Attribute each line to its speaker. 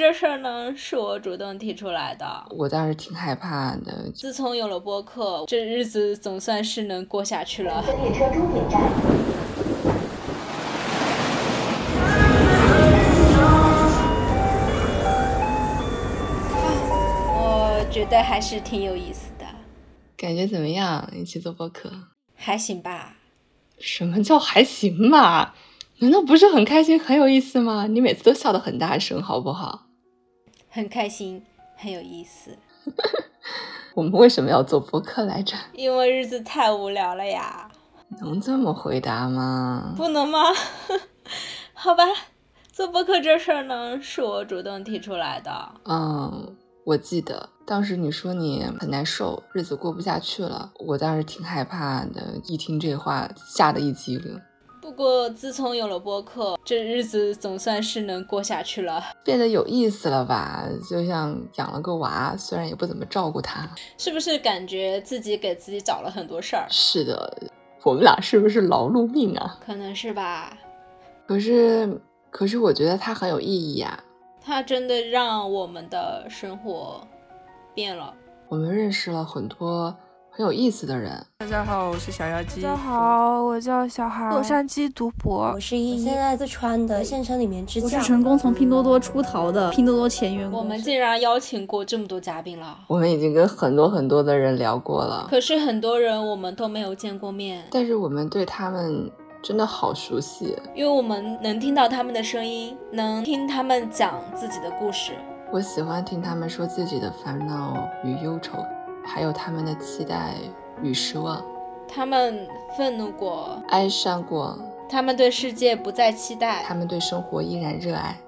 Speaker 1: 个事儿呢，是我主动提出来的。
Speaker 2: 我倒是挺害怕的。
Speaker 1: 自从有了播客，这日子总算是能过下去了。
Speaker 3: 列车终点站。
Speaker 1: 我觉得还是挺有意思的，
Speaker 2: 感觉怎么样？一起做播客？
Speaker 1: 还行吧。
Speaker 2: 什么叫还行吧？难道不是很开心、很有意思吗？你每次都笑得很大声，好不好？
Speaker 1: 很开心，很有意思，
Speaker 2: 我们为什么要做播客来着？
Speaker 1: 因为日子太无聊了呀，
Speaker 2: 能这么回答吗？
Speaker 1: 不能吗？ 好吧，做播客这事儿呢，是我主动提出来的。
Speaker 2: 嗯，我记得当时你说你很难受，日子过不下去了，我当时挺害怕的，一听这话吓得一激灵，
Speaker 1: 不过自从有了播客，这日子总算是能过下去了，
Speaker 2: 变得有意思了吧？就像养了个娃，虽然也不怎么照顾他。
Speaker 1: 是不是感觉自己给自己找了很多事儿？
Speaker 2: 是的，我们俩是不是劳碌命啊？
Speaker 1: 可能是吧。
Speaker 2: 可是，可是我觉得它很有意义啊。
Speaker 1: 它真的让我们的生活变了。
Speaker 2: 我们认识了很多很有意思的人，
Speaker 4: 大家好，我是小妖姬。
Speaker 5: 大家好，我叫小孩，洛杉矶读博
Speaker 6: 我，是依依，现在四川的县城里面支
Speaker 7: 我
Speaker 6: 教
Speaker 7: 是。成功从拼多多出逃的拼多多前员工。
Speaker 1: 我们竟然邀请过这么多嘉宾了，
Speaker 2: 我们已经跟很多很多的人聊过了，
Speaker 1: 可是很多人我们都没有见过面，
Speaker 2: 但是我们对他们真的好熟悉。
Speaker 1: 因为我们能听到他们的声音，能听他们讲自己的故事。
Speaker 2: 我喜欢听他们说自己的烦恼与忧愁，还有他们的期待与失望，
Speaker 1: 他们愤怒过，
Speaker 2: 哀伤过，
Speaker 1: 他们对世界不再期
Speaker 2: 他
Speaker 1: 待，
Speaker 2: 们对生活依然热爱。